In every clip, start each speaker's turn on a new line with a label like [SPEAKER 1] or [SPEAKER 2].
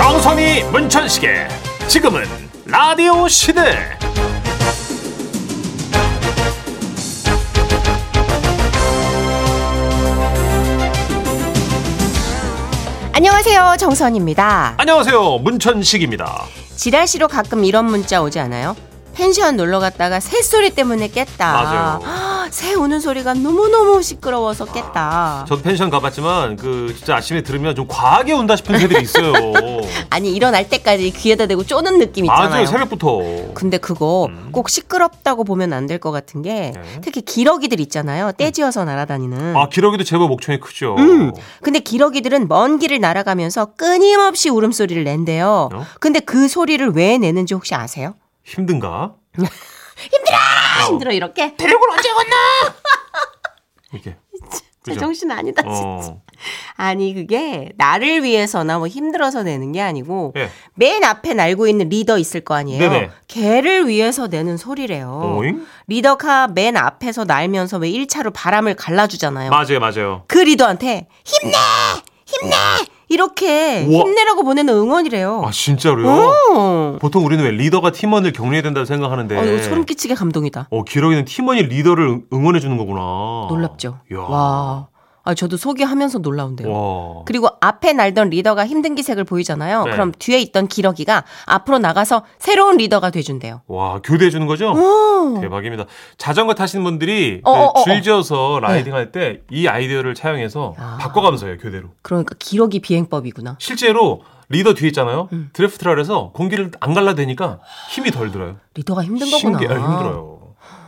[SPEAKER 1] 문천이 문천식의 지금은 라디오 시대
[SPEAKER 2] 안녕하세요 정선입니다
[SPEAKER 1] 안녕하세요 문천식입니다
[SPEAKER 2] 지라시로 가끔 이런 문자 오지 않아요? 펜션 놀러 갔다가 새 소리 때문에 깼다
[SPEAKER 1] 맞아요.
[SPEAKER 2] 아, 새 우는 소리가 너무너무 시끄러워서 깼다
[SPEAKER 1] 저도 펜션 가봤지만 그 진짜 아침에 들으면 좀 과하게 운다 싶은 새들이 있어요
[SPEAKER 2] 아니 일어날 때까지 귀에다 대고 쪼는 느낌 있잖아요
[SPEAKER 1] 맞아요 새벽부터 음.
[SPEAKER 2] 근데 그거 꼭 시끄럽다고 보면 안 될 것 같은 게
[SPEAKER 1] 네.
[SPEAKER 2] 특히 기러기들 있잖아요 떼지어서 날아다니는
[SPEAKER 1] 아 기러기도 제법 목청이 크죠
[SPEAKER 2] 음. 근데 기러기들은 먼 길을 날아가면서 끊임없이 울음소리를 낸대요
[SPEAKER 1] 어?
[SPEAKER 2] 근데 그 소리를 왜 내는지 혹시 아세요?
[SPEAKER 1] 힘든가
[SPEAKER 2] 아, 힘들어 이렇게
[SPEAKER 1] 대륙을 언제 건너 이렇게
[SPEAKER 2] 제
[SPEAKER 1] 그죠?
[SPEAKER 2] 네, 정신 아니다 진짜
[SPEAKER 1] 어.
[SPEAKER 2] 아니 그게 나를 위해서나 뭐 힘들어서 내는 게 아니고
[SPEAKER 1] 예.
[SPEAKER 2] 맨 앞에 날고 있는 리더 있을 거 아니에요.
[SPEAKER 1] 네네.
[SPEAKER 2] 걔를 위해서 내는 소리래요.
[SPEAKER 1] 오잉?
[SPEAKER 2] 리더카 맨 앞에서 날면서 왜 1차로 바람을 갈라주잖아요.
[SPEAKER 1] 맞아요 맞아요
[SPEAKER 2] 그 리더한테 힘내! 힘내! 이렇게
[SPEAKER 1] 우와.
[SPEAKER 2] 힘내라고 보내는 응원이래요.
[SPEAKER 1] 아 진짜로요?
[SPEAKER 2] 어.
[SPEAKER 1] 보통 우리는 왜 리더가 팀원을 격려해야 된다고 생각하는데
[SPEAKER 2] 어, 이거 소름 끼치게 감동이다.
[SPEAKER 1] 어, 기러기는 팀원이 리더를 응원해 주는 거구나.
[SPEAKER 2] 놀랍죠.
[SPEAKER 1] 이야.
[SPEAKER 2] 와. 아, 저도 소개하면서 놀라운데요.
[SPEAKER 1] 와.
[SPEAKER 2] 그리고 앞에 날던 리더가 힘든 기색을 보이잖아요.
[SPEAKER 1] 네.
[SPEAKER 2] 그럼 뒤에 있던 기러기가 앞으로 나가서 새로운 리더가 돼준대요.
[SPEAKER 1] 와, 교대해 주는 거죠?
[SPEAKER 2] 오.
[SPEAKER 1] 대박입니다. 자전거 타시는 분들이
[SPEAKER 2] 음. 어, 어, 어, 어.
[SPEAKER 1] 줄지어서 라이딩 할 때 이 아이디어를 차용해서
[SPEAKER 2] 아.
[SPEAKER 1] 바꿔가면서 해요, 교대로.
[SPEAKER 2] 그러니까 기러기 비행법이구나.
[SPEAKER 1] 실제로 리더 뒤에 있잖아요.
[SPEAKER 2] 음.
[SPEAKER 1] 드래프트를 해서 공기를 안 갈라대니까 힘이 덜 들어요.
[SPEAKER 2] 리더가 힘든 거구나.
[SPEAKER 1] 신기해요. 아, 힘들어요.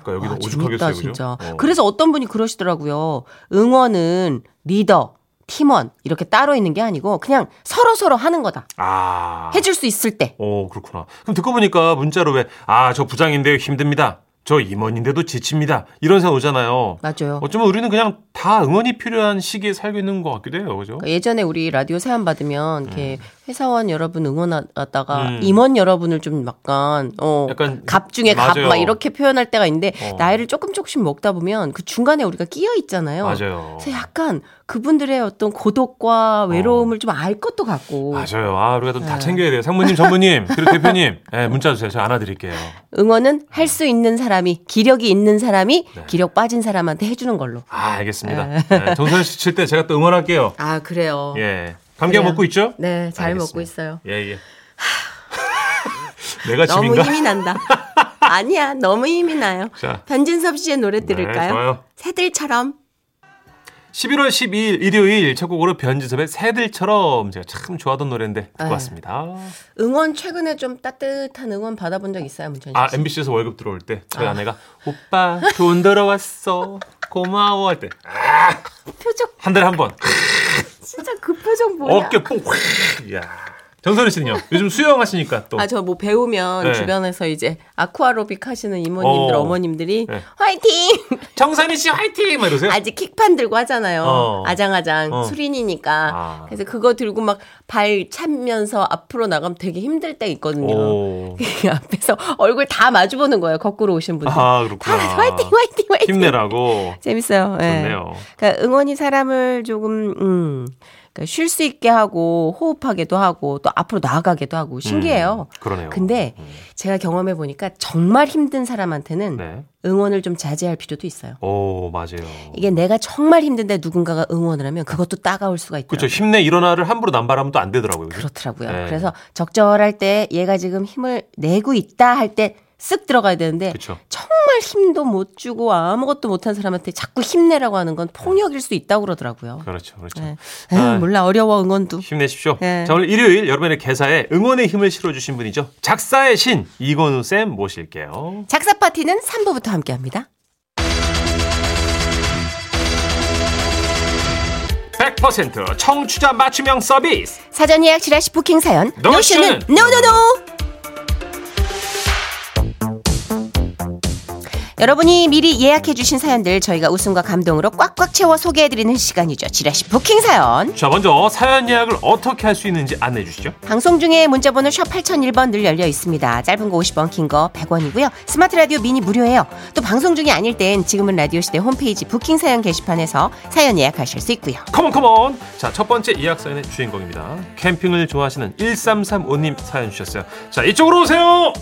[SPEAKER 1] 그러니까 여기도
[SPEAKER 2] 와,
[SPEAKER 1] 오죽하겠어요,
[SPEAKER 2] 재밌다
[SPEAKER 1] 그죠?
[SPEAKER 2] 진짜.
[SPEAKER 1] 어.
[SPEAKER 2] 그래서 어떤 분이 그러시더라고요. 응원은 리더, 팀원 이렇게 따로 있는 게 아니고 그냥 서로 서로 하는 거다.
[SPEAKER 1] 아.
[SPEAKER 2] 해줄 수 있을 때.
[SPEAKER 1] 어, 그렇구나. 그럼 듣고 보니까 문자로 왜, 아, 저 부장인데요, 힘듭니다. 저 임원인데도 지칩니다. 이런 생각 오잖아요.
[SPEAKER 2] 맞아요.
[SPEAKER 1] 어쩌면 우리는 그냥 다 응원이 필요한 시기에 살고 있는 것 같기도 해요. 그죠?
[SPEAKER 2] 그러니까 예전에 우리 라디오 사연 받으면 이렇게 회사원 여러분 응원하다가
[SPEAKER 1] 네. 음.
[SPEAKER 2] 임원 여러분을 좀 약간 어
[SPEAKER 1] 약간
[SPEAKER 2] 갑 중에 갑
[SPEAKER 1] 맞아요.
[SPEAKER 2] 막 이렇게 표현할 때가 있는데
[SPEAKER 1] 어.
[SPEAKER 2] 나이를 조금 조금씩 먹다 보면 그 중간에 우리가 끼어 있잖아요.
[SPEAKER 1] 맞아요.
[SPEAKER 2] 그래서 약간 그분들의 어떤 고독과 외로움을 좀 알 것도 같고
[SPEAKER 1] 어. 맞아요. 아, 우리가
[SPEAKER 2] 네.
[SPEAKER 1] 좀 다 챙겨야 돼요. 상무님, 전무님, 그리고 대표님. 예, 문자 주세요. 제가 안아드릴게요.
[SPEAKER 2] 응원은 할 수 있는 사람이 기력이 있는 사람이
[SPEAKER 1] 네.
[SPEAKER 2] 기력 빠진 사람한테 해주는 걸로.
[SPEAKER 1] 아,
[SPEAKER 2] 네.
[SPEAKER 1] 알겠습니다. 예, 정선 씨 칠 때 제가 또 응원할게요.
[SPEAKER 2] 아 그래요.
[SPEAKER 1] 예. 감기 약
[SPEAKER 2] 그래요.
[SPEAKER 1] 먹고 있죠?
[SPEAKER 2] 네, 잘
[SPEAKER 1] 알겠습니다.
[SPEAKER 2] 먹고 있어요.
[SPEAKER 1] 예, 예. 내가
[SPEAKER 2] 너무
[SPEAKER 1] 아, 집인가?
[SPEAKER 2] 힘이 난다. 아니야, 너무 힘이 나요.
[SPEAKER 1] 자.
[SPEAKER 2] 변진섭 씨의 노래
[SPEAKER 1] 네,
[SPEAKER 2] 들을까요?
[SPEAKER 1] 좋아요.
[SPEAKER 2] 새들처럼.
[SPEAKER 1] 11월 12일 일요일 첫 곡으로 변지섭의 새들처럼 제가 참 좋아하던 노래인데
[SPEAKER 2] 네.
[SPEAKER 1] 듣고 왔습니다.
[SPEAKER 2] 응원 최근에 좀 따뜻한 응원 받아본 적 있어요, 문천식
[SPEAKER 1] 아
[SPEAKER 2] 씨?
[SPEAKER 1] MBC에서 월급 들어올 때 저희 아. 내가 오빠 돈 들어왔어 고마워 할 때
[SPEAKER 2] 표정
[SPEAKER 1] 한 달에 한 번
[SPEAKER 2] 진짜 그 표정 뭐야?
[SPEAKER 1] 어깨 뽕 확! 이야. 정선우 씨는요? 요즘 수영하시니까 또
[SPEAKER 2] 아 저 뭐 배우면
[SPEAKER 1] 네.
[SPEAKER 2] 주변에서 이제 아쿠아로빅 하시는 이모님들
[SPEAKER 1] 어.
[SPEAKER 2] 어. 머님들이
[SPEAKER 1] 네.
[SPEAKER 2] 화이팅
[SPEAKER 1] 정선우 씨 화이팅 막 이러세요?
[SPEAKER 2] 아직 킥판 들고 하잖아요.
[SPEAKER 1] 어.
[SPEAKER 2] 아장아장
[SPEAKER 1] 어.
[SPEAKER 2] 수린이니까.
[SPEAKER 1] 아.
[SPEAKER 2] 그래서 그거 들고 막 발 차면서 앞으로 나가면 되게 힘들 때 있거든요.
[SPEAKER 1] 오.
[SPEAKER 2] 그 앞에서 얼굴 다 마주 보는 거예요. 거꾸로 오신 분들.
[SPEAKER 1] 아
[SPEAKER 2] 다
[SPEAKER 1] 그렇구나.
[SPEAKER 2] 화이팅 화이팅 화이팅.
[SPEAKER 1] 힘내라고.
[SPEAKER 2] 재밌어요. 예.
[SPEAKER 1] 좋네요.
[SPEAKER 2] 그러니까 응원이 사람을 조금 음. 쉴 수 있게 하고 호흡하게도 하고 또 앞으로 나아가게도 하고 신기해요.
[SPEAKER 1] 음, 그러네요.
[SPEAKER 2] 근데 제가 경험해 보니까 정말 힘든 사람한테는
[SPEAKER 1] 네.
[SPEAKER 2] 응원을 좀 자제할 필요도 있어요.
[SPEAKER 1] 오 맞아요.
[SPEAKER 2] 이게 내가 정말 힘든데 누군가가 응원을 하면 그것도 따가울 수가 있더라고요.
[SPEAKER 1] 그렇죠. 힘내 일어나를 함부로 남발하면 또 안 되더라고요. 그죠?
[SPEAKER 2] 그렇더라고요.
[SPEAKER 1] 네.
[SPEAKER 2] 그래서 적절할 때 얘가 지금 힘을 내고 있다 할 때 쓱 들어가야 되는데
[SPEAKER 1] 그렇죠.
[SPEAKER 2] 정말 힘도 못 주고 아무것도 못한 사람한테 자꾸 힘내라고 하는 건 폭력일 수 있다고 그러더라고요.
[SPEAKER 1] 그렇죠. 그렇죠.
[SPEAKER 2] 네. 에휴,
[SPEAKER 1] 아.
[SPEAKER 2] 몰라 어려워 응원도.
[SPEAKER 1] 힘내십시오.
[SPEAKER 2] 예.
[SPEAKER 1] 자, 오늘 일요일 여러분의 개사에 응원의 힘을 실어주신 분이죠. 작사의 신 이건우 쌤 모실게요.
[SPEAKER 2] 작사 파티는 3부부터 함께합니다.
[SPEAKER 1] 100% 청취자 맞춤형 서비스.
[SPEAKER 2] 사전 예약 지라시 부킹 사연
[SPEAKER 1] 노
[SPEAKER 2] 노쇼는
[SPEAKER 1] 쇼는
[SPEAKER 2] 노노노 여러분이 미리 예약해주신 사연들 저희가 웃음과 감동으로 꽉꽉 채워 소개해드리는 시간이죠. 지라시 부킹 사연.
[SPEAKER 1] 자, 먼저 사연 예약을 어떻게 할 수 있는지 안내해 주시죠.
[SPEAKER 2] 방송 중에 문자번호 샵 8001번 늘 열려 있습니다. 짧은 거 50원, 긴 거 100원이고요. 스마트 라디오 미니 무료예요. 또 방송 중이 아닐 땐 지금은 라디오 시대 홈페이지 부킹 사연 게시판에서 사연 예약하실 수 있고요.
[SPEAKER 1] 컴온 컴온 자첫 번째 예약 사연의 주인공입니다 캠핑을 좋아하시는 1335님 사연 주셨어요 자 이쪽으로 오세요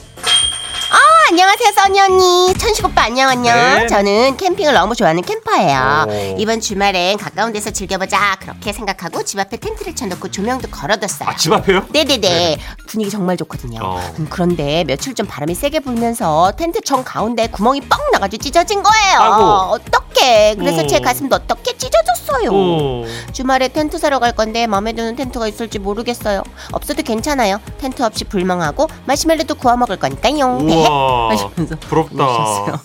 [SPEAKER 2] 안녕하세요, 써니 언니. 천식 오빠 안녕 안녕.
[SPEAKER 1] 네.
[SPEAKER 2] 저는 캠핑을 너무 좋아하는 캠퍼예요.
[SPEAKER 1] 오.
[SPEAKER 2] 이번 주말엔 가까운 데서 즐겨보자 그렇게 생각하고 집 앞에 텐트를 쳐놓고 조명도 걸어뒀어요.
[SPEAKER 1] 아 집 앞에요?
[SPEAKER 2] 네네네 분위기 정말 좋거든요.
[SPEAKER 1] 어.
[SPEAKER 2] 음, 그런데 며칠 전 바람이 세게 불면서 텐트 정 가운데 구멍이 뻥 나가지고 찢어진 거예요.
[SPEAKER 1] 아이고.
[SPEAKER 2] 어떻게? 그래서
[SPEAKER 1] 어.
[SPEAKER 2] 제 가슴도 어떻게 찢어졌어요. 네.
[SPEAKER 1] 오.
[SPEAKER 2] 주말에 텐트 사러 갈 건데 마음에 드는 텐트가 있을지 모르겠어요. 없어도 괜찮아요. 텐트 없이 불멍하고 마시멜로도 구워 먹을 거니까요. 네.
[SPEAKER 1] 우와
[SPEAKER 2] 하시면서
[SPEAKER 1] 부럽다
[SPEAKER 2] 오셨어요.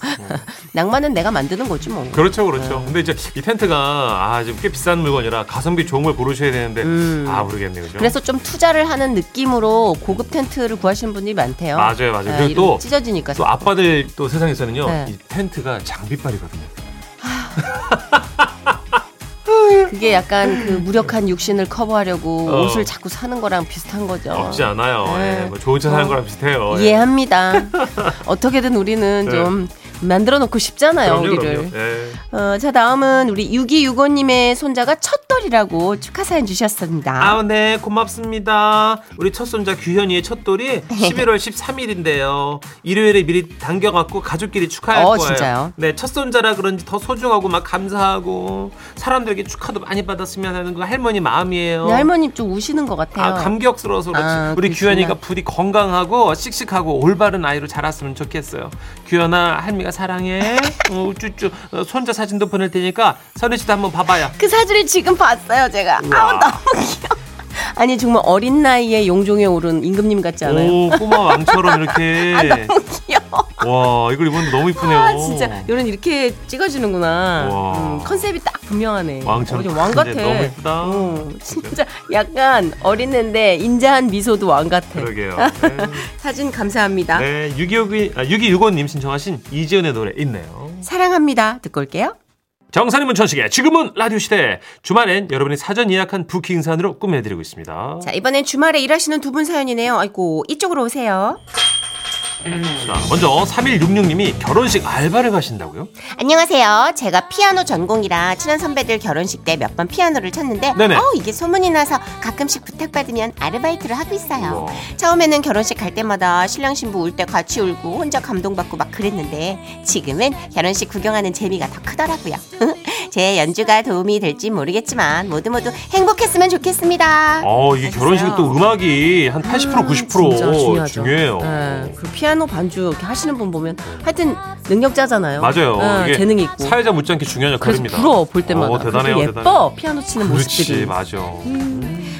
[SPEAKER 2] 낭만은 내가 만드는 거지 뭐.
[SPEAKER 1] 그렇죠 그렇죠 근데 이제 이 텐트가 아 지금 꽤 비싼 물건이라 가성비 좋은 걸 고르셔야 되는데
[SPEAKER 2] 음.
[SPEAKER 1] 아 모르겠네 그죠
[SPEAKER 2] 그래서 좀 투자를 하는 느낌으로 고급 텐트를 구하시는 분이 많대요.
[SPEAKER 1] 맞아요, 맞아요. 그리고
[SPEAKER 2] 이런
[SPEAKER 1] 또-
[SPEAKER 2] 찢어지니까
[SPEAKER 1] 또 아빠들 또 세상에서는요
[SPEAKER 2] 네.
[SPEAKER 1] 이 텐트가 장비빨이거든요
[SPEAKER 2] 그게 약간 그 무력한 육신을 커버하려고
[SPEAKER 1] 어.
[SPEAKER 2] 옷을 자꾸 사는 거랑 비슷한 거죠.
[SPEAKER 1] 없지 않아요
[SPEAKER 2] 네.
[SPEAKER 1] 예, 뭐 좋은 차 사는 거랑 비슷해요 예.
[SPEAKER 2] 이해합니다. 어떻게든 우리는
[SPEAKER 1] 네.
[SPEAKER 2] 좀 만들어 놓고 싶잖아요,
[SPEAKER 1] 그럼요
[SPEAKER 2] 우리를.
[SPEAKER 1] 그럼요 예.
[SPEAKER 2] 어, 자 다음은 우리 6265님의 손자가 첫돌이라고 축하 사연 주셨습니다.
[SPEAKER 3] 아, 네, 고맙습니다. 우리 첫 손자 규현이의 첫돌이 11월 13일인데요. 일요일에 미리 당겨갖고 가족끼리 축하할
[SPEAKER 2] 어,
[SPEAKER 3] 거예요.
[SPEAKER 2] 진짜요?
[SPEAKER 3] 네, 첫 손자라 그런지 더 소중하고 막 감사하고 사람들에게 축하도 많이 받았으면 하는 거 할머니 마음이에요.
[SPEAKER 2] 네, 할머님 좀 우시는 것
[SPEAKER 3] 아,
[SPEAKER 2] 같아요.
[SPEAKER 3] 감격스러워서 그렇지.
[SPEAKER 2] 아,
[SPEAKER 3] 우리
[SPEAKER 2] 그렇구나.
[SPEAKER 3] 규현이가 부디 건강하고 씩씩하고 올바른 아이로 자랐으면 좋겠어요. 규현아, 할미가 사랑해. 어, 우쭈쭈. 어, 손자 사진도 보낼 테니까 선희 씨도 한번 봐봐요.
[SPEAKER 2] 그 사진을 지금 봤어요, 제가. 아우 너무 귀여워. 아니 정말 어린 나이에 용종에 오른 임금님 같지 않아요?
[SPEAKER 1] 오 꼬마 왕처럼 이렇게
[SPEAKER 2] 너무 귀여워.
[SPEAKER 1] 와 이걸 입었는데 너무 이쁘네요
[SPEAKER 2] 아 진짜 이런 이렇게 찍어주는구나.
[SPEAKER 1] 와.
[SPEAKER 2] 음, 컨셉이 딱 분명하네.
[SPEAKER 1] 왕처럼
[SPEAKER 2] 완전 왕 같아.
[SPEAKER 1] 큰데 너무 예쁘다
[SPEAKER 2] 어, 진짜 약간 어린애인데 인자한 미소도 왕 같아.
[SPEAKER 1] 그러게요
[SPEAKER 2] 네. 사진 감사합니다.
[SPEAKER 1] 네, 6269, 아, 6265님 신청하신 이지은의 노래 있네요.
[SPEAKER 2] 사랑합니다. 듣고 올게요.
[SPEAKER 1] 정산이문 천식의 지금은 라디오 시대. 주말엔 여러분이 사전 예약한 부킹 사연으로 꾸며드리고 있습니다.
[SPEAKER 2] 자, 이번엔 주말에 일하시는 두 분 사연이네요. 아이고, 이쪽으로 오세요.
[SPEAKER 1] 자, 먼저 3166님이 결혼식 알바를 가신다고요?
[SPEAKER 2] 네. 안녕하세요. 제가 피아노 전공이라 친한 선배들 결혼식 때 몇 번 피아노를 쳤는데
[SPEAKER 1] 네네.
[SPEAKER 2] 어, 이게 소문이 나서 가끔씩 부탁받으면 아르바이트를 하고 있어요.
[SPEAKER 1] 우와.
[SPEAKER 2] 처음에는 결혼식 갈 때마다 신랑 신부 울 때 같이 울고 혼자 감동받고 막 그랬는데 지금은 결혼식 구경하는 재미가 더 크더라고요. 제 연주가 도움이 될지 모르겠지만 모두 모두 행복했으면 좋겠습니다.
[SPEAKER 1] 어, 이 결혼식은 또 음악이 한
[SPEAKER 2] 아,
[SPEAKER 1] 80% 90% 중요해요.
[SPEAKER 2] 그 피아노 반주 이렇게 하시는 분 보면 하여튼 능력자잖아요.
[SPEAKER 1] 맞아요. 이게 사회자 못지않게 중요한
[SPEAKER 2] 네, 그래서
[SPEAKER 1] 역할입니다.
[SPEAKER 2] 부러워 볼 때마다
[SPEAKER 1] 어, 대단해요,
[SPEAKER 2] 그리고 예뻐
[SPEAKER 1] 대단해요.
[SPEAKER 2] 피아노 치는
[SPEAKER 1] 그렇지,
[SPEAKER 2] 모습들이
[SPEAKER 1] 맞아.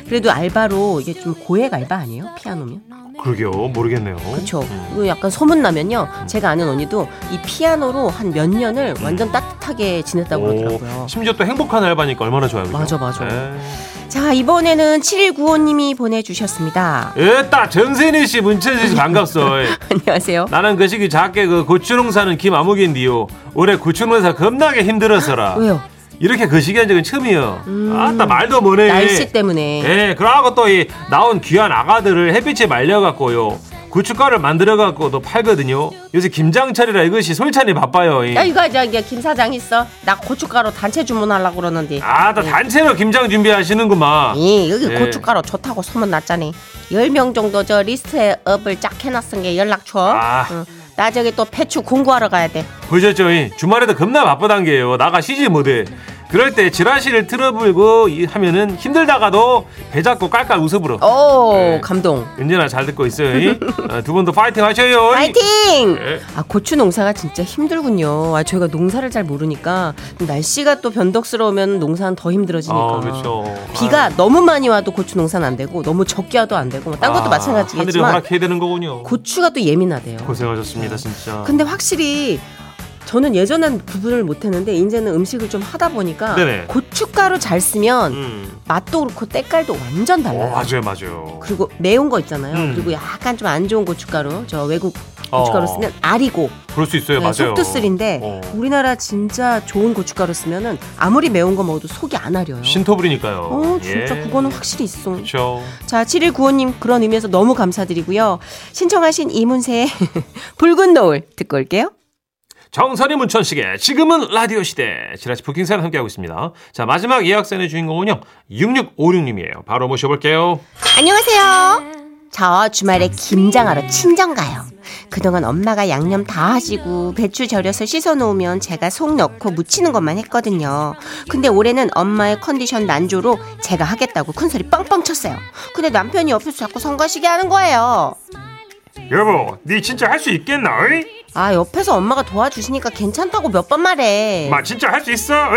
[SPEAKER 2] 그래도 알바로 이게 좀 고액 알바 아니에요 피아노면
[SPEAKER 1] 그러게요, 모르겠네요.
[SPEAKER 2] 그렇죠
[SPEAKER 1] 음.
[SPEAKER 2] 이거 약간 소문나면요 제가 아는 언니도 이 피아노로 한 몇 년을 완전 따뜻하게 지냈다고 그러더라고요
[SPEAKER 1] 음. 오, 심지어 또 행복한 알바니까 얼마나 좋아요. 그죠?
[SPEAKER 2] 맞아, 맞아.
[SPEAKER 1] 네.
[SPEAKER 2] 자 이번에는 7195님이 보내주셨습니다
[SPEAKER 1] 에따 전세니 씨, 문천세 씨 반갑소. 예.
[SPEAKER 2] 안녕하세요
[SPEAKER 1] 나는 그 시기 작게 그 고추농 사는 김아목인데요. 올해 고추농사 겁나게 힘들어서라.
[SPEAKER 2] 왜요
[SPEAKER 1] 이렇게 그 시기 한 적은 처음이요. 아따 말도 뭐네.
[SPEAKER 2] 날씨 때문에
[SPEAKER 1] 예, 그러고 또 이 나온 귀한 아가들을 햇빛에 말려갖고요. 고춧가루를 만들어갖고도 팔거든요. 요새 김장철이라 이것이 솔찬히 바빠요. 이.
[SPEAKER 2] 야 이거 저기 김 사장 있어 나 고춧가루 단체 주문하려고 그러는데
[SPEAKER 1] 아따 단체로 김장 준비하시는구만.
[SPEAKER 2] 예, 여기
[SPEAKER 1] 예.
[SPEAKER 2] 고춧가루 좋다고 소문 났잖니. 10명 정도 저 리스트에 업을 쫙 해놨은 게 연락처.
[SPEAKER 1] 아.
[SPEAKER 2] 응. 나 저기 또 배추 공구하러 가야 돼.
[SPEAKER 1] 보셨죠? 이? 주말에도 겁나 바쁘단 게요. 나가시지 못해. 그럴 때 지라시를 틀어불고 이- 하면은 힘들다가도 배 잡고 깔깔 웃어불어.
[SPEAKER 2] 오,
[SPEAKER 1] 네.
[SPEAKER 2] 감동.
[SPEAKER 1] 은진아 잘 듣고 있어요. 두 분도 파이팅 하셔요.
[SPEAKER 2] 파이팅!
[SPEAKER 1] 네.
[SPEAKER 2] 아, 고추 농사가 진짜 힘들군요. 아, 저희가 농사를 잘 모르니까 날씨가 또 변덕스러우면 농사는 더 힘들어지니까.
[SPEAKER 1] 아, 그렇죠.
[SPEAKER 2] 그러니까. 비가
[SPEAKER 1] 아,
[SPEAKER 2] 너무 많이 와도 고추 농사는 안 되고 너무 적게 와도 안 되고 뭐딴 것도
[SPEAKER 1] 아, 하늘이
[SPEAKER 2] 마찬가지겠지만
[SPEAKER 1] 허락해야 되는 거군요.
[SPEAKER 2] 고추가 또 예민하대요.
[SPEAKER 1] 고생하셨습니다, 진짜.
[SPEAKER 2] 근데 확실히 저는 예전엔 구분을 못했는데 이제는 음식을 좀 하다 보니까
[SPEAKER 1] 네네.
[SPEAKER 2] 고춧가루 잘 쓰면
[SPEAKER 1] 음.
[SPEAKER 2] 맛도 그렇고 때깔도 완전
[SPEAKER 1] 어,
[SPEAKER 2] 달라요. 그-
[SPEAKER 1] 맞아요, 맞아요.
[SPEAKER 2] 그리고 매운 거 있잖아요.
[SPEAKER 1] 음.
[SPEAKER 2] 그리고 약간 좀 안 좋은 고춧가루, 저 외국
[SPEAKER 1] 어.
[SPEAKER 2] 고춧가루 쓰면 알이고
[SPEAKER 1] 그럴 수 있어요.
[SPEAKER 2] 네,
[SPEAKER 1] 맞아요.
[SPEAKER 2] 속도 쓰린데
[SPEAKER 1] 어.
[SPEAKER 2] 우리나라 진짜 좋은 고춧가루 쓰면은 아무리 매운 거 먹어도 속이 안 아려요.
[SPEAKER 1] 신토불이니까요.
[SPEAKER 2] 어 진짜
[SPEAKER 1] 예.
[SPEAKER 2] 그거는 확실히 있어.
[SPEAKER 1] 그렇죠.
[SPEAKER 2] 자, 7195님 그런 의미에서 너무 감사드리고요. 신청하신 이문세의 붉은 노을 듣고 올게요.
[SPEAKER 1] 정선이 문천식의 지금은 라디오 시대 지라시 부킹사랑 함께하고 있습니다. 자 마지막 예약선의 주인공은요 6656님이에요. 바로 모셔볼게요.
[SPEAKER 2] 안녕하세요. 저 주말에 김장하러 친정 가요. 그동안 엄마가 양념 다 하시고 배추 절여서 씻어 놓으면 제가 속 넣고 무치는 것만 했거든요. 근데 올해는 엄마의 컨디션 난조로 제가 하겠다고 큰소리 빵빵 쳤어요. 근데 남편이 옆에서 자꾸 성가시게 하는 거예요.
[SPEAKER 1] 여보, 네 진짜 할 수 있겠나? 어이?
[SPEAKER 2] 아, 옆에서 엄마가 도와주시니까 괜찮다고 몇 번 말해.
[SPEAKER 1] 마 진짜 할 수 있어?
[SPEAKER 2] 아,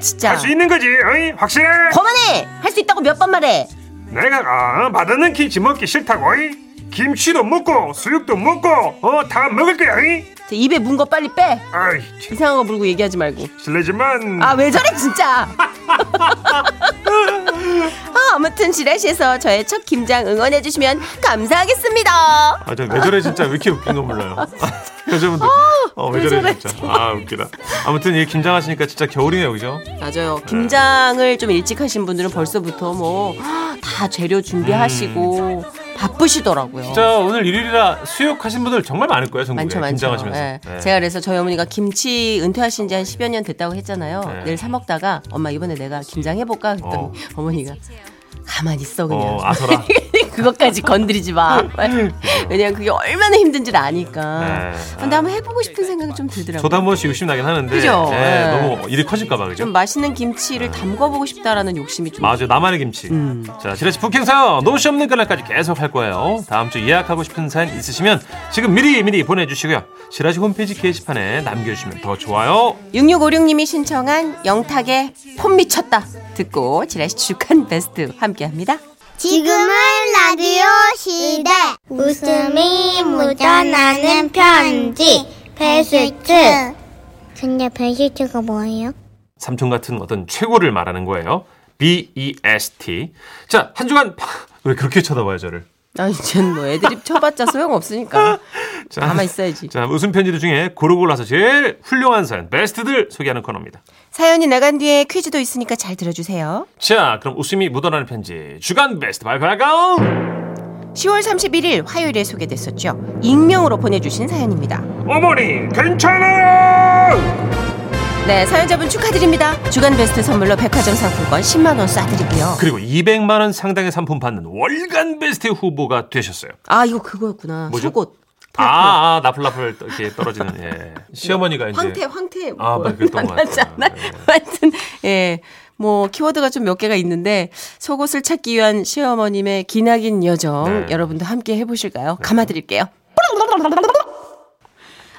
[SPEAKER 2] 진짜.
[SPEAKER 1] 있는 거지? 어이? 확실해?
[SPEAKER 2] 거만해! 할 수 있다고 몇 번 말해.
[SPEAKER 1] 내가 어, 받아는 김치 먹기 싫다고? 어이? 김치도 먹고 수육도 먹고 어, 다 먹을 거야. 어이?
[SPEAKER 2] 저 입에 문 거 빨리 빼.
[SPEAKER 1] 아이 참,
[SPEAKER 2] 이상한 거 물고 얘기하지 말고.
[SPEAKER 1] 실례지만
[SPEAKER 2] 아, 왜 저래, 진짜. 아, 아무튼 지라시에서 저의 첫 김장 응원해주시면 감사하겠습니다.
[SPEAKER 1] 아, 저왜 저래 진짜 왜 이렇게 웃긴 건 몰라요. 여자분들, 어, 왜
[SPEAKER 2] 왜
[SPEAKER 1] 저래
[SPEAKER 2] 저래,
[SPEAKER 1] 진짜. 아, 웃기다. 아무튼 이 김장하시니까 진짜 겨울이네요, 그죠?
[SPEAKER 2] 맞아요. 김장을 좀 일찍 하신 분들은 벌써부터 뭐 다 재료 준비하시고 바쁘시더라고요.
[SPEAKER 1] 진짜 어. 오늘 일요일이라 수육하신 분들 정말 많을 거예요, 전국에.
[SPEAKER 2] 많죠, 많죠.
[SPEAKER 1] 김장하시면서.
[SPEAKER 2] 예.
[SPEAKER 1] 네.
[SPEAKER 2] 제가 그래서 저희 어머니가 김치 은퇴하신 지 한 10여 년 됐다고 했잖아요.
[SPEAKER 1] 네.
[SPEAKER 2] 늘 사먹다가 엄마 이번에 내가 김장해볼까? 그랬더니
[SPEAKER 1] 어.
[SPEAKER 2] 어. 머니가 가만히 있어, 그냥.
[SPEAKER 1] 어, 아서라.
[SPEAKER 2] 그것까지 건드리지 마. 왜냐면 그게 얼마나 힘든줄 아니까.
[SPEAKER 1] 네.
[SPEAKER 2] 근데 한번 해보고 싶은 생각이 좀 들더라고요.
[SPEAKER 1] 저도 한 번씩 욕심 나긴 하는데
[SPEAKER 2] 그죠?
[SPEAKER 1] 예,
[SPEAKER 2] 네.
[SPEAKER 1] 너무 일이 커질까봐 그죠?
[SPEAKER 2] 좀 맛있는 김치를 담궈보고 싶다라는 욕심이 좀.
[SPEAKER 1] 맞아요 나만의 김치
[SPEAKER 2] 음.
[SPEAKER 1] 자 지라시 북행사 노시 없는 그날까지 계속 할 거예요 다음 주 예약하고 싶은 사연 있으시면 지금 미리 미리 보내주시고요 지라시 홈페이지 게시판에 남겨주시면 더 좋아요
[SPEAKER 2] 6656님이 신청한 영탁의 폼 미쳤다. 듣고 지라시 주간 베스트 함께 합니다.
[SPEAKER 4] 지금은 라디오 시대. 웃음이 묻어나는 편지. 베스트. 근데 베스트가 뭐예요?
[SPEAKER 1] 삼촌 같은 어떤 최고를 말하는 거예요 BEST 자 한 주간 왜 그렇게 쳐다봐요 저를
[SPEAKER 2] 아, 이젠 뭐 애드립 쳐봤자 소용없으니까.
[SPEAKER 1] 자,
[SPEAKER 2] 가만 있어야지.
[SPEAKER 1] 자 웃음 편지들 중에 고르고 골라서 제일 훌륭한 사연 베스트들 소개하는 코너입니다
[SPEAKER 2] 사연이 나간 뒤에 퀴즈도 있으니까 잘 들어주세요.
[SPEAKER 1] 자 그럼 웃음이 묻어나는 편지 주간 베스트 발표할까요
[SPEAKER 2] 10월 31일 화요일에 소개됐었죠. 익명으로 보내주신 사연입니다.
[SPEAKER 1] 어머니 괜찮아요
[SPEAKER 2] 네, 사연자분 축하드립니다. 주간 베스트 선물로 백화점 상품권 10만 원 쏴드리고요.
[SPEAKER 1] 그리고 200만 원 상당의 상품 받는 월간 베스트 후보가 되셨어요
[SPEAKER 2] 아, 이거 그거였구나.
[SPEAKER 1] 뭐죠?
[SPEAKER 2] 속옷.
[SPEAKER 1] 아, 아 나풀나풀 이렇게 떨어지는 예. 시어머니가 이제
[SPEAKER 2] 황태, 황태.
[SPEAKER 1] 아,
[SPEAKER 2] 뭐,
[SPEAKER 1] 맞- 그랬던 것
[SPEAKER 2] 만나지
[SPEAKER 1] 같아요. 네.
[SPEAKER 2] 않아? 하여튼, 예. 뭐, 키워드가 좀 몇 개가 있는데, 속옷을 찾기 위한 시어머님의 기나긴 여정,
[SPEAKER 1] 네.
[SPEAKER 2] 여러분도 함께 해보실까요? 감아드릴게요.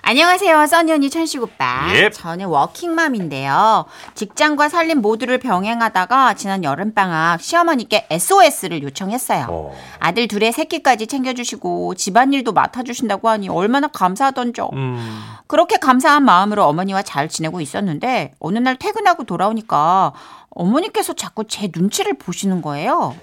[SPEAKER 5] 안녕하세요, 써니 언니 천식 오빠.
[SPEAKER 1] 예.
[SPEAKER 5] 저는 워킹맘인데요. 직장과 살림 모두를 병행하다가 지난 여름방학 시어머니께 SOS를 요청했어요.
[SPEAKER 1] 어.
[SPEAKER 5] 아들 둘의 새끼까지 챙겨주시고 집안일도 맡아주신다고 하니 얼마나 감사하던죠.
[SPEAKER 1] 음.
[SPEAKER 5] 그렇게 감사한 마음으로 어머니와 잘 지내고 있었는데 어느 날 퇴근하고 돌아오니까 어머니께서 자꾸 제 눈치를 보시는 거예요.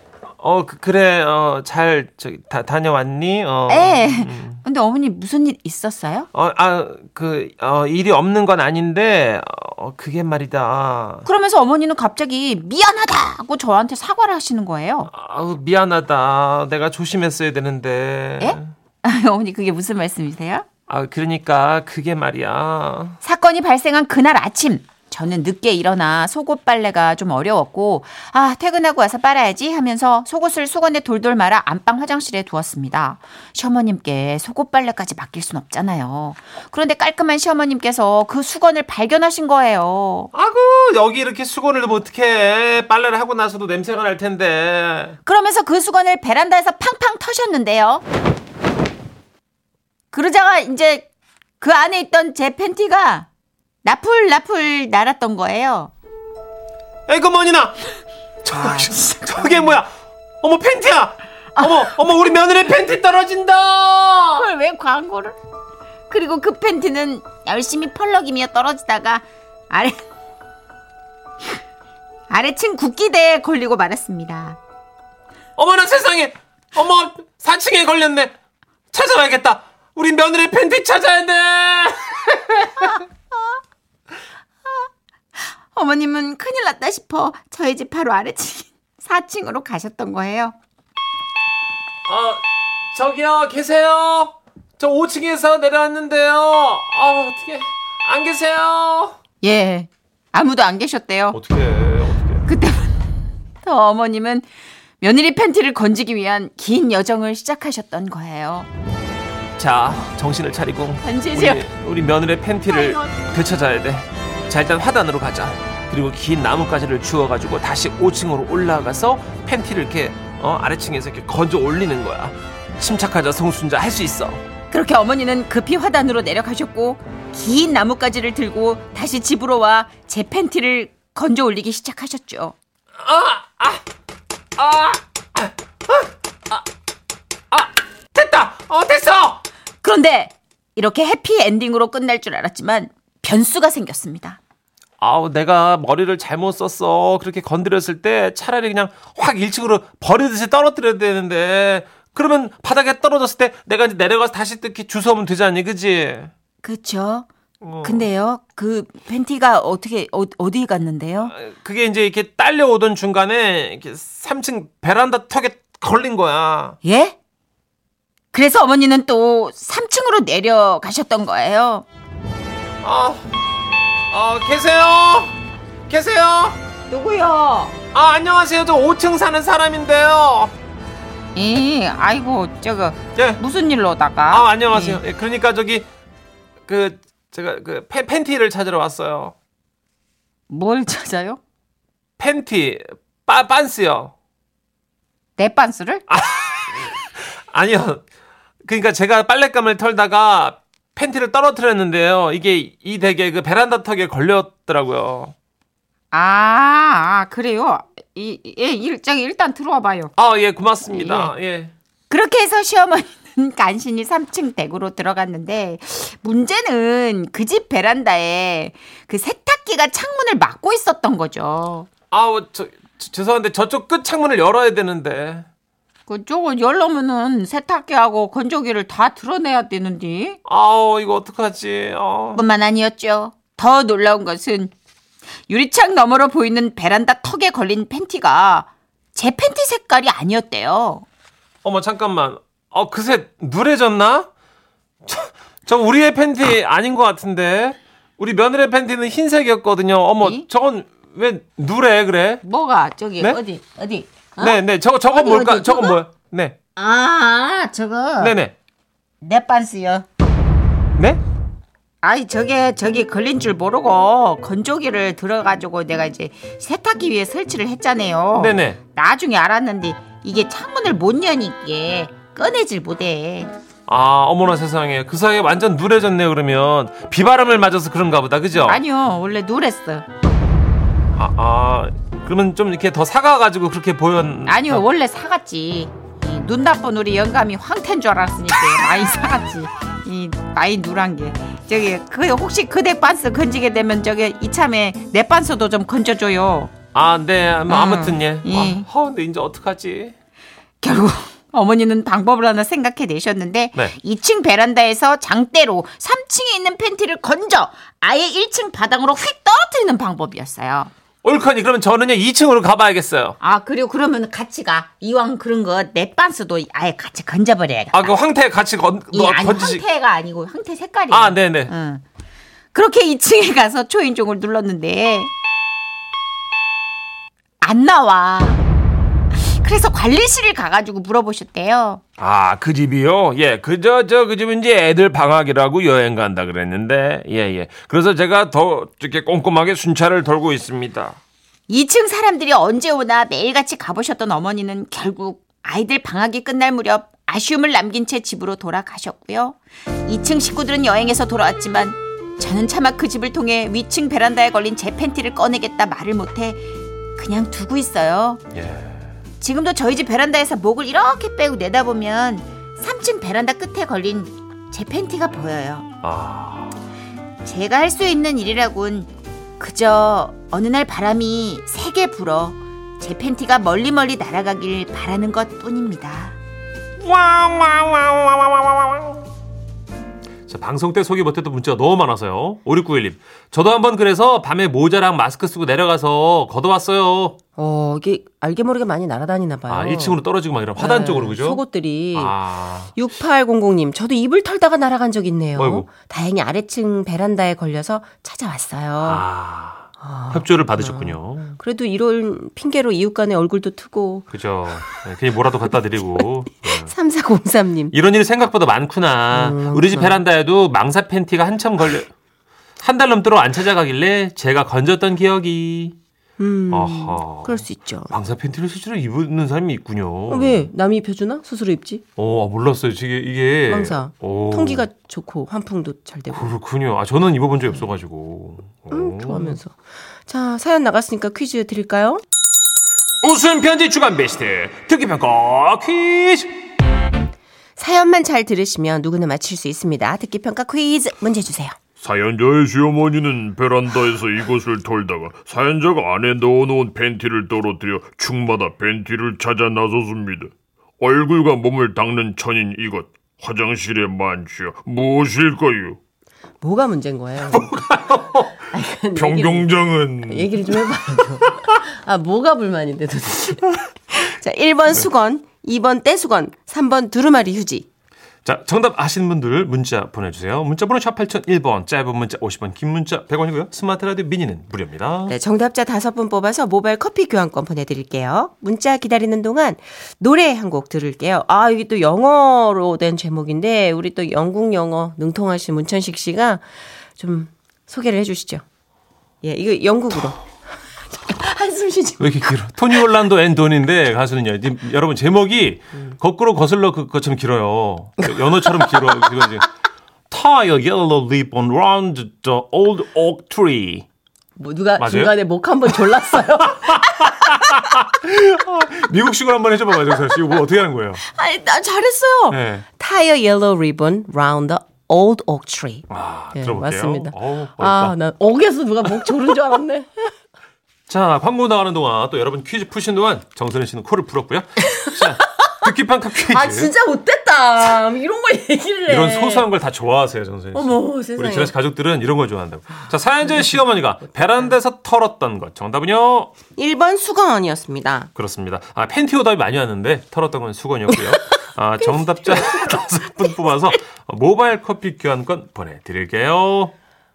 [SPEAKER 3] 어 그, 그래 어잘 저기 다 다녀왔니? 어.
[SPEAKER 2] 예.
[SPEAKER 5] 에. 예.
[SPEAKER 1] 음.
[SPEAKER 5] 근데 어머니 무슨 일 있었어요?
[SPEAKER 3] 어아그 어, 일이 없는 건 아닌데 어 그게 말이다.
[SPEAKER 5] 그러면서 어머니는 갑자기 미안하다고 저한테 사과를 하시는 거예요.
[SPEAKER 3] 아우 미안하다. 내가 조심했어야 되는데.
[SPEAKER 5] 에? 어머니 그게 무슨 말씀이세요?
[SPEAKER 3] 아 그러니까 그게 말이야.
[SPEAKER 5] 사건이 발생한 그날 아침 저는 늦게 일어나 속옷 빨래가 좀 어려웠고 아 퇴근하고 와서 빨아야지 하면서 속옷을 수건에 돌돌 말아 안방 화장실에 두었습니다. 시어머님께 속옷 빨래까지 맡길 순 없잖아요. 그런데 깔끔한 시어머님께서 그 수건을 발견하신 거예요.
[SPEAKER 3] 아구 여기 이렇게 수건을 넣으면 어떡해. 빨래를 하고 나서도 냄새가 날 텐데.
[SPEAKER 5] 그러면서 그 수건을 베란다에서 팡팡 터셨는데요. 그러자가 이제 그 안에 있던 제 팬티가 나풀나풀 날았던 거예요.
[SPEAKER 3] 에이그 머니나. 저, 저게 뭐야? 어머 팬티야. 어머 어머 우리 며느리 팬티 떨어진다.
[SPEAKER 5] 그걸 왜 광고를? 그리고 그 팬티는 열심히 펄럭이며 떨어지다가 아래 아래층 국기대에 걸리고 말았습니다.
[SPEAKER 3] 어머나 세상에. 어머 4층에 걸렸네. 찾아봐야겠다.
[SPEAKER 1] 우리 며느리 팬티 찾아야 돼.
[SPEAKER 5] 어머님은 큰일 났다 싶어 저희 집 바로 아래층 4층으로 가셨던 거예요.
[SPEAKER 1] 어, 저기요, 계세요? 저 5층에서 내려왔는데요. 아, 어떻게, 안 계세요?
[SPEAKER 5] 예, 아무도 안 계셨대요.
[SPEAKER 1] 어떻게, 어떻게.
[SPEAKER 5] 그때부터 어머님은 며느리 팬티를 건지기 위한 긴 여정을 시작하셨던 거예요.
[SPEAKER 1] 자, 정신을 차리고.
[SPEAKER 5] 앉으세요.
[SPEAKER 1] 우리, 우리 며느리 팬티를 되찾아야 돼. 자, 일단 화단으로 가자. 그리고 긴 나뭇가지를 주워가지고 다시 5층으로 올라가서 팬티를 이렇게, 어, 아래층에서 이렇게 건져 올리는 거야. 침착하자, 성순자. 할 수 있어.
[SPEAKER 5] 그렇게 어머니는 급히 화단으로 내려가셨고 긴 나뭇가지를 들고 다시 집으로 와 제 팬티를 건져 올리기 시작하셨죠.
[SPEAKER 1] 됐다! 어, 됐어!
[SPEAKER 5] 그런데 이렇게 해피 엔딩으로 끝날 줄 알았지만 변수가 생겼습니다.
[SPEAKER 1] 아우 내가 머리를 잘못 썼어 그렇게 건드렸을 때 차라리 그냥 확 1층으로 버리듯이 떨어뜨려야 되는데 그러면 바닥에 떨어졌을 때 내가 이제 내려가서 다시 이렇게 주워오면 되지 않니 그지
[SPEAKER 5] 그렇죠. 근데요, 그 팬티가 어떻게 어, 어디 갔는데요?
[SPEAKER 1] 그게 이제 이렇게 딸려오던 중간에 이렇게 3층 베란다 턱에 걸린 거야
[SPEAKER 5] 예? 그래서 어머니는 또 3층으로 내려가셨던 거예요.
[SPEAKER 1] 아, 아 계세요 계세요
[SPEAKER 5] 누구요?
[SPEAKER 1] 아 안녕하세요 저 5층 사는 사람인데요
[SPEAKER 5] 이 아이고 저거
[SPEAKER 1] 예.
[SPEAKER 5] 무슨 일로다가?
[SPEAKER 1] 아 안녕하세요 예, 그러니까 저기 그 제가 그 팬- 팬티를 찾으러 왔어요
[SPEAKER 5] 뭘 찾아요?
[SPEAKER 1] 팬티, 빠, 빤스요. 아,
[SPEAKER 5] 내 반스를?
[SPEAKER 1] 아니요. 그러니까 제가 빨랫감을 털다가 팬티를 떨어뜨렸는데요. 이게 이 댁에 그 베란다 턱에 걸렸더라고요.
[SPEAKER 5] 아, 아, 그래요. 이, 예, 일장 일단 들어와 봐요.
[SPEAKER 1] 아, 예, 고맙습니다. 예.
[SPEAKER 5] 그렇게 해서 시어머니는 간신히 3층 댁으로 들어갔는데 문제는 그 집 베란다에 그 세탁기가 창문을 막고 있었던 거죠.
[SPEAKER 1] 아우, 저, 저- 죄송한데 저쪽 끝 창문을 열어야 되는데.
[SPEAKER 5] 그쪽을 열려면은 세탁기하고 건조기를 다 드러내야 되는데.
[SPEAKER 1] 아우, 이거 어떡하지. 아.
[SPEAKER 5] 뿐만 아니었죠. 더 놀라운 것은 유리창 너머로 보이는 베란다 턱에 걸린 팬티가 제 팬티 색깔이 아니었대요.
[SPEAKER 1] 어머, 잠깐만. 어, 그새 누래졌나? 저, 저 우리의 팬티 아닌 것 같은데. 우리 며느리 팬티는 흰색이었거든요. 어머,
[SPEAKER 5] 이?
[SPEAKER 1] 저건 왜 누래, 그래?
[SPEAKER 5] 뭐가 저기
[SPEAKER 1] 네?
[SPEAKER 5] 어디 어디? 어?
[SPEAKER 1] 네, 네. 저거 저거
[SPEAKER 5] 어디,
[SPEAKER 1] 뭘까?
[SPEAKER 5] 어디,
[SPEAKER 1] 저거
[SPEAKER 5] 저거?
[SPEAKER 1] 뭐야? 네.
[SPEAKER 5] 아 저거
[SPEAKER 1] 네, 네.
[SPEAKER 5] 내 반스요.
[SPEAKER 1] 네?
[SPEAKER 5] 아이 저게 저기 걸린 줄 모르고 건조기를 들어가지고 내가 이제 세탁기 위에 설치를 했잖아요.
[SPEAKER 1] 네, 네.
[SPEAKER 5] 나중에 알았는데 이게 창문을 못 여니께 꺼내질 못해.
[SPEAKER 1] 아, 어머나 세상에. 그 사이에 완전 누래졌네요, 그러면. 비바람을 맞아서 그런가 보다. 그죠?
[SPEAKER 5] 아니요 원래 누랬어.
[SPEAKER 1] 아, 아. 그러면 좀 이렇게 더 사가 가지고 그렇게 보였
[SPEAKER 5] 아니요 원래 사갔지. 이 눈 나쁜 우리 영감이 황태인 줄 알았으니까 많이 사갔지. 이 많이 누란 게 저기 그 혹시 그대 반스 건지게 되면 저기 이참에 내 반스도 좀 건져줘요.
[SPEAKER 1] 아, 네. 뭐
[SPEAKER 5] 음,
[SPEAKER 1] 아무튼 예.
[SPEAKER 5] 예.
[SPEAKER 1] 아, 허, 근데 이제 어떡하지?
[SPEAKER 5] 결국 어머니는 방법을 하나 생각해 내셨는데
[SPEAKER 1] 네.
[SPEAKER 5] 2층 베란다에서 장대로 3층에 있는 팬티를 건져 아예 1층 바닥으로 휙 떨어뜨리는 방법이었어요.
[SPEAKER 1] 옳거니 그러면 저는요 2층으로 가봐야겠어요.
[SPEAKER 5] 아 그리고 그러면 같이 가 이왕 그런 거 내 반스도 아예 같이 건져버려야겠다.
[SPEAKER 1] 아, 그 황태 같이 건,
[SPEAKER 5] 이
[SPEAKER 1] 너
[SPEAKER 5] 아니
[SPEAKER 1] 건지지.
[SPEAKER 5] 황태가 아니고 황태 색깔이야.
[SPEAKER 1] 아, 네, 네.
[SPEAKER 5] 응. 그렇게 2층에 가서 초인종을 눌렀는데 안 나와. 그래서 관리실을 가가지고 물어보셨대요.
[SPEAKER 1] 아, 그 집이요? 예, 그저, 저, 그 집은 이제 애들 방학이라고 여행 간다 그랬는데, 예, 예. 그래서 제가 더 이렇게 꼼꼼하게 순찰을 돌고 있습니다.
[SPEAKER 5] 2층 사람들이 언제 오나 매일같이 가보셨던 어머니는 결국 아이들 방학이 끝날 무렵 아쉬움을 남긴 채 집으로 돌아가셨고요. 2층 식구들은 여행에서 돌아왔지만 저는 차마 그 집을 통해 위층 베란다에 걸린 제 팬티를 꺼내겠다 말을 못해 그냥 두고 있어요.
[SPEAKER 1] 예.
[SPEAKER 5] 지금도 저희 집 베란다에서 목을 이렇게 빼고 내다보면 3층 베란다 끝에 걸린 제 팬티가 보여요.
[SPEAKER 1] 아.
[SPEAKER 5] 제가 할 수 있는 일이라곤 그저 어느 날 바람이 세게 불어 제 팬티가 멀리멀리 날아가길 바라는 것뿐입니다.
[SPEAKER 1] 자, 방송 때 소개 못했던 문자가 너무 많아서요. 5691님. 저도 한번 그래서 밤에 모자랑 마스크 쓰고 내려가서 걷어왔어요.
[SPEAKER 2] 어, 이게 알게 모르게 많이 날아다니나 봐요.
[SPEAKER 1] 아, 1층으로 떨어지고 막 이런 화단
[SPEAKER 2] 네,
[SPEAKER 1] 쪽으로, 그죠?
[SPEAKER 2] 속옷들이.
[SPEAKER 1] 아,
[SPEAKER 2] 6800님, 저도 이불 털다가 날아간 적 있네요.
[SPEAKER 1] 아이고.
[SPEAKER 2] 다행히 아래층 베란다에 걸려서 찾아왔어요.
[SPEAKER 1] 아,
[SPEAKER 2] 아,
[SPEAKER 1] 협조를 받으셨군요.
[SPEAKER 2] 그래도 이런 핑계로 이웃 간의 얼굴도 트고.
[SPEAKER 1] 그죠. 네, 그냥 뭐라도 갖다 드리고. 네.
[SPEAKER 2] 3403님.
[SPEAKER 1] 이런 일이 생각보다 많구나. 우리 집 베란다에도 망사 팬티가 한참 걸려. 한 달 넘도록 안 찾아가길래 제가 건졌던 기억이.
[SPEAKER 2] 음.
[SPEAKER 1] 어허.
[SPEAKER 2] 그럴 수 있죠.
[SPEAKER 1] 망사 팬티를 실제로 입는 사람이 있군요.
[SPEAKER 2] 어, 왜 남이 입혀주나? 스스로 입지?
[SPEAKER 1] 어, 아, 몰랐어요. 이게 이게
[SPEAKER 2] 망사.
[SPEAKER 1] 예. 오.
[SPEAKER 2] 통기가 좋고 환풍도 잘 되고.
[SPEAKER 1] 그렇군요. 아, 저는 입어본 적이 없어가지고. 오.
[SPEAKER 2] 음, 좋아하면서. 자, 사연 나갔으니까 퀴즈 드릴까요?
[SPEAKER 1] 웃음 편지 주간 베스트 특기 평가 퀴즈.
[SPEAKER 2] 네, 사연만 잘 들으시면 누구나 맞힐 수 있습니다. 듣기평가 퀴즈 문제 주세요.
[SPEAKER 6] 사연자의 시어머니는 베란다에서 이곳을 돌다가 사연자가 안에 넣어놓은 팬티를 떨어뜨려 충마다 팬티를 찾아 나섰습니다. 얼굴과 몸을 닦는 천인 이것 화장실에 만취여 무엇일까요?
[SPEAKER 2] 뭐가 문제인 거예요?
[SPEAKER 6] 변경장은
[SPEAKER 2] 네, 얘기를 좀 해봐요. 아, 뭐가 불만인데 도대체. 자,
[SPEAKER 1] 네.
[SPEAKER 2] 1번 수건, 2번 떼수건, 3번 두루마리 휴지.
[SPEAKER 1] 자, 정답 아시는 분들 문자 보내주세요. 문자 번호 샵 8001번, 짧은 문자 50원, 긴 문자 100원이고요. 스마트 라디오 미니는 무료입니다.
[SPEAKER 2] 네, 정답자 5분 뽑아서 모바일 커피 교환권 보내드릴게요. 문자 기다리는 동안 노래 한 곡 들을게요. 아, 이게 또 영어로 된 제목인데, 우리 또 영국 영어 능통하신 문천식 씨가 좀 소개를 해주시죠. 예, 이거 영국으로. 한숨 쉬지.
[SPEAKER 1] 왜 이렇게 길어? 토니 올란도 앤 돈인데 가수는요. 님, 여러분 제목이 거꾸로 거슬러 그 것처럼 길어요. 연어처럼 길어. 지금 이제 Tie a yellow ribbon round the old oak tree.
[SPEAKER 2] 뭐, 누가
[SPEAKER 1] 맞아요?
[SPEAKER 2] 중간에 목 한 번 졸랐어요.
[SPEAKER 1] 미국식으로 한번 해줘봐, 마정사 씨. 이거 어떻게 하는 거예요?
[SPEAKER 2] 아니, 나 잘했어요.
[SPEAKER 1] 네.
[SPEAKER 2] Tie a yellow ribbon round the old oak tree.
[SPEAKER 1] 아,
[SPEAKER 2] 예,
[SPEAKER 1] 들어볼게요.
[SPEAKER 2] 맞습니다.
[SPEAKER 1] 어우, 어렵다.
[SPEAKER 2] 아, 난 옥에서 누가 목 졸은 줄 알았네.
[SPEAKER 1] 자, 광고 나가는 동안 또 여러분 퀴즈 푸신 동안 정선혜 씨는 코를 풀었고요. 자, 듣기평가 퀴즈.
[SPEAKER 2] 아, 진짜 못됐다. 이런 걸 얘기를 해.
[SPEAKER 1] 이런 소소한 걸 다 좋아하세요, 정선혜 씨.
[SPEAKER 2] 어머, 세상에.
[SPEAKER 1] 우리 지라시 가족들은 이런 걸 좋아한다고. 자, 사연자의 시어머니가 베란다에서 털었던 것. 정답은요?
[SPEAKER 2] 1번 수건이었습니다.
[SPEAKER 1] 그렇습니다. 아, 팬티 오답이 많이 왔는데 털었던 건 수건이었고요. 아, 정답자 다섯 분 뽑아서 모바일 커피 교환권 보내드릴게요.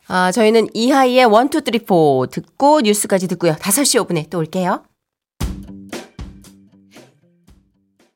[SPEAKER 2] 아, 저희는 이하이의 1, 2, 3, 4 듣고 뉴스까지 듣고요. 5시 5분에 또 올게요.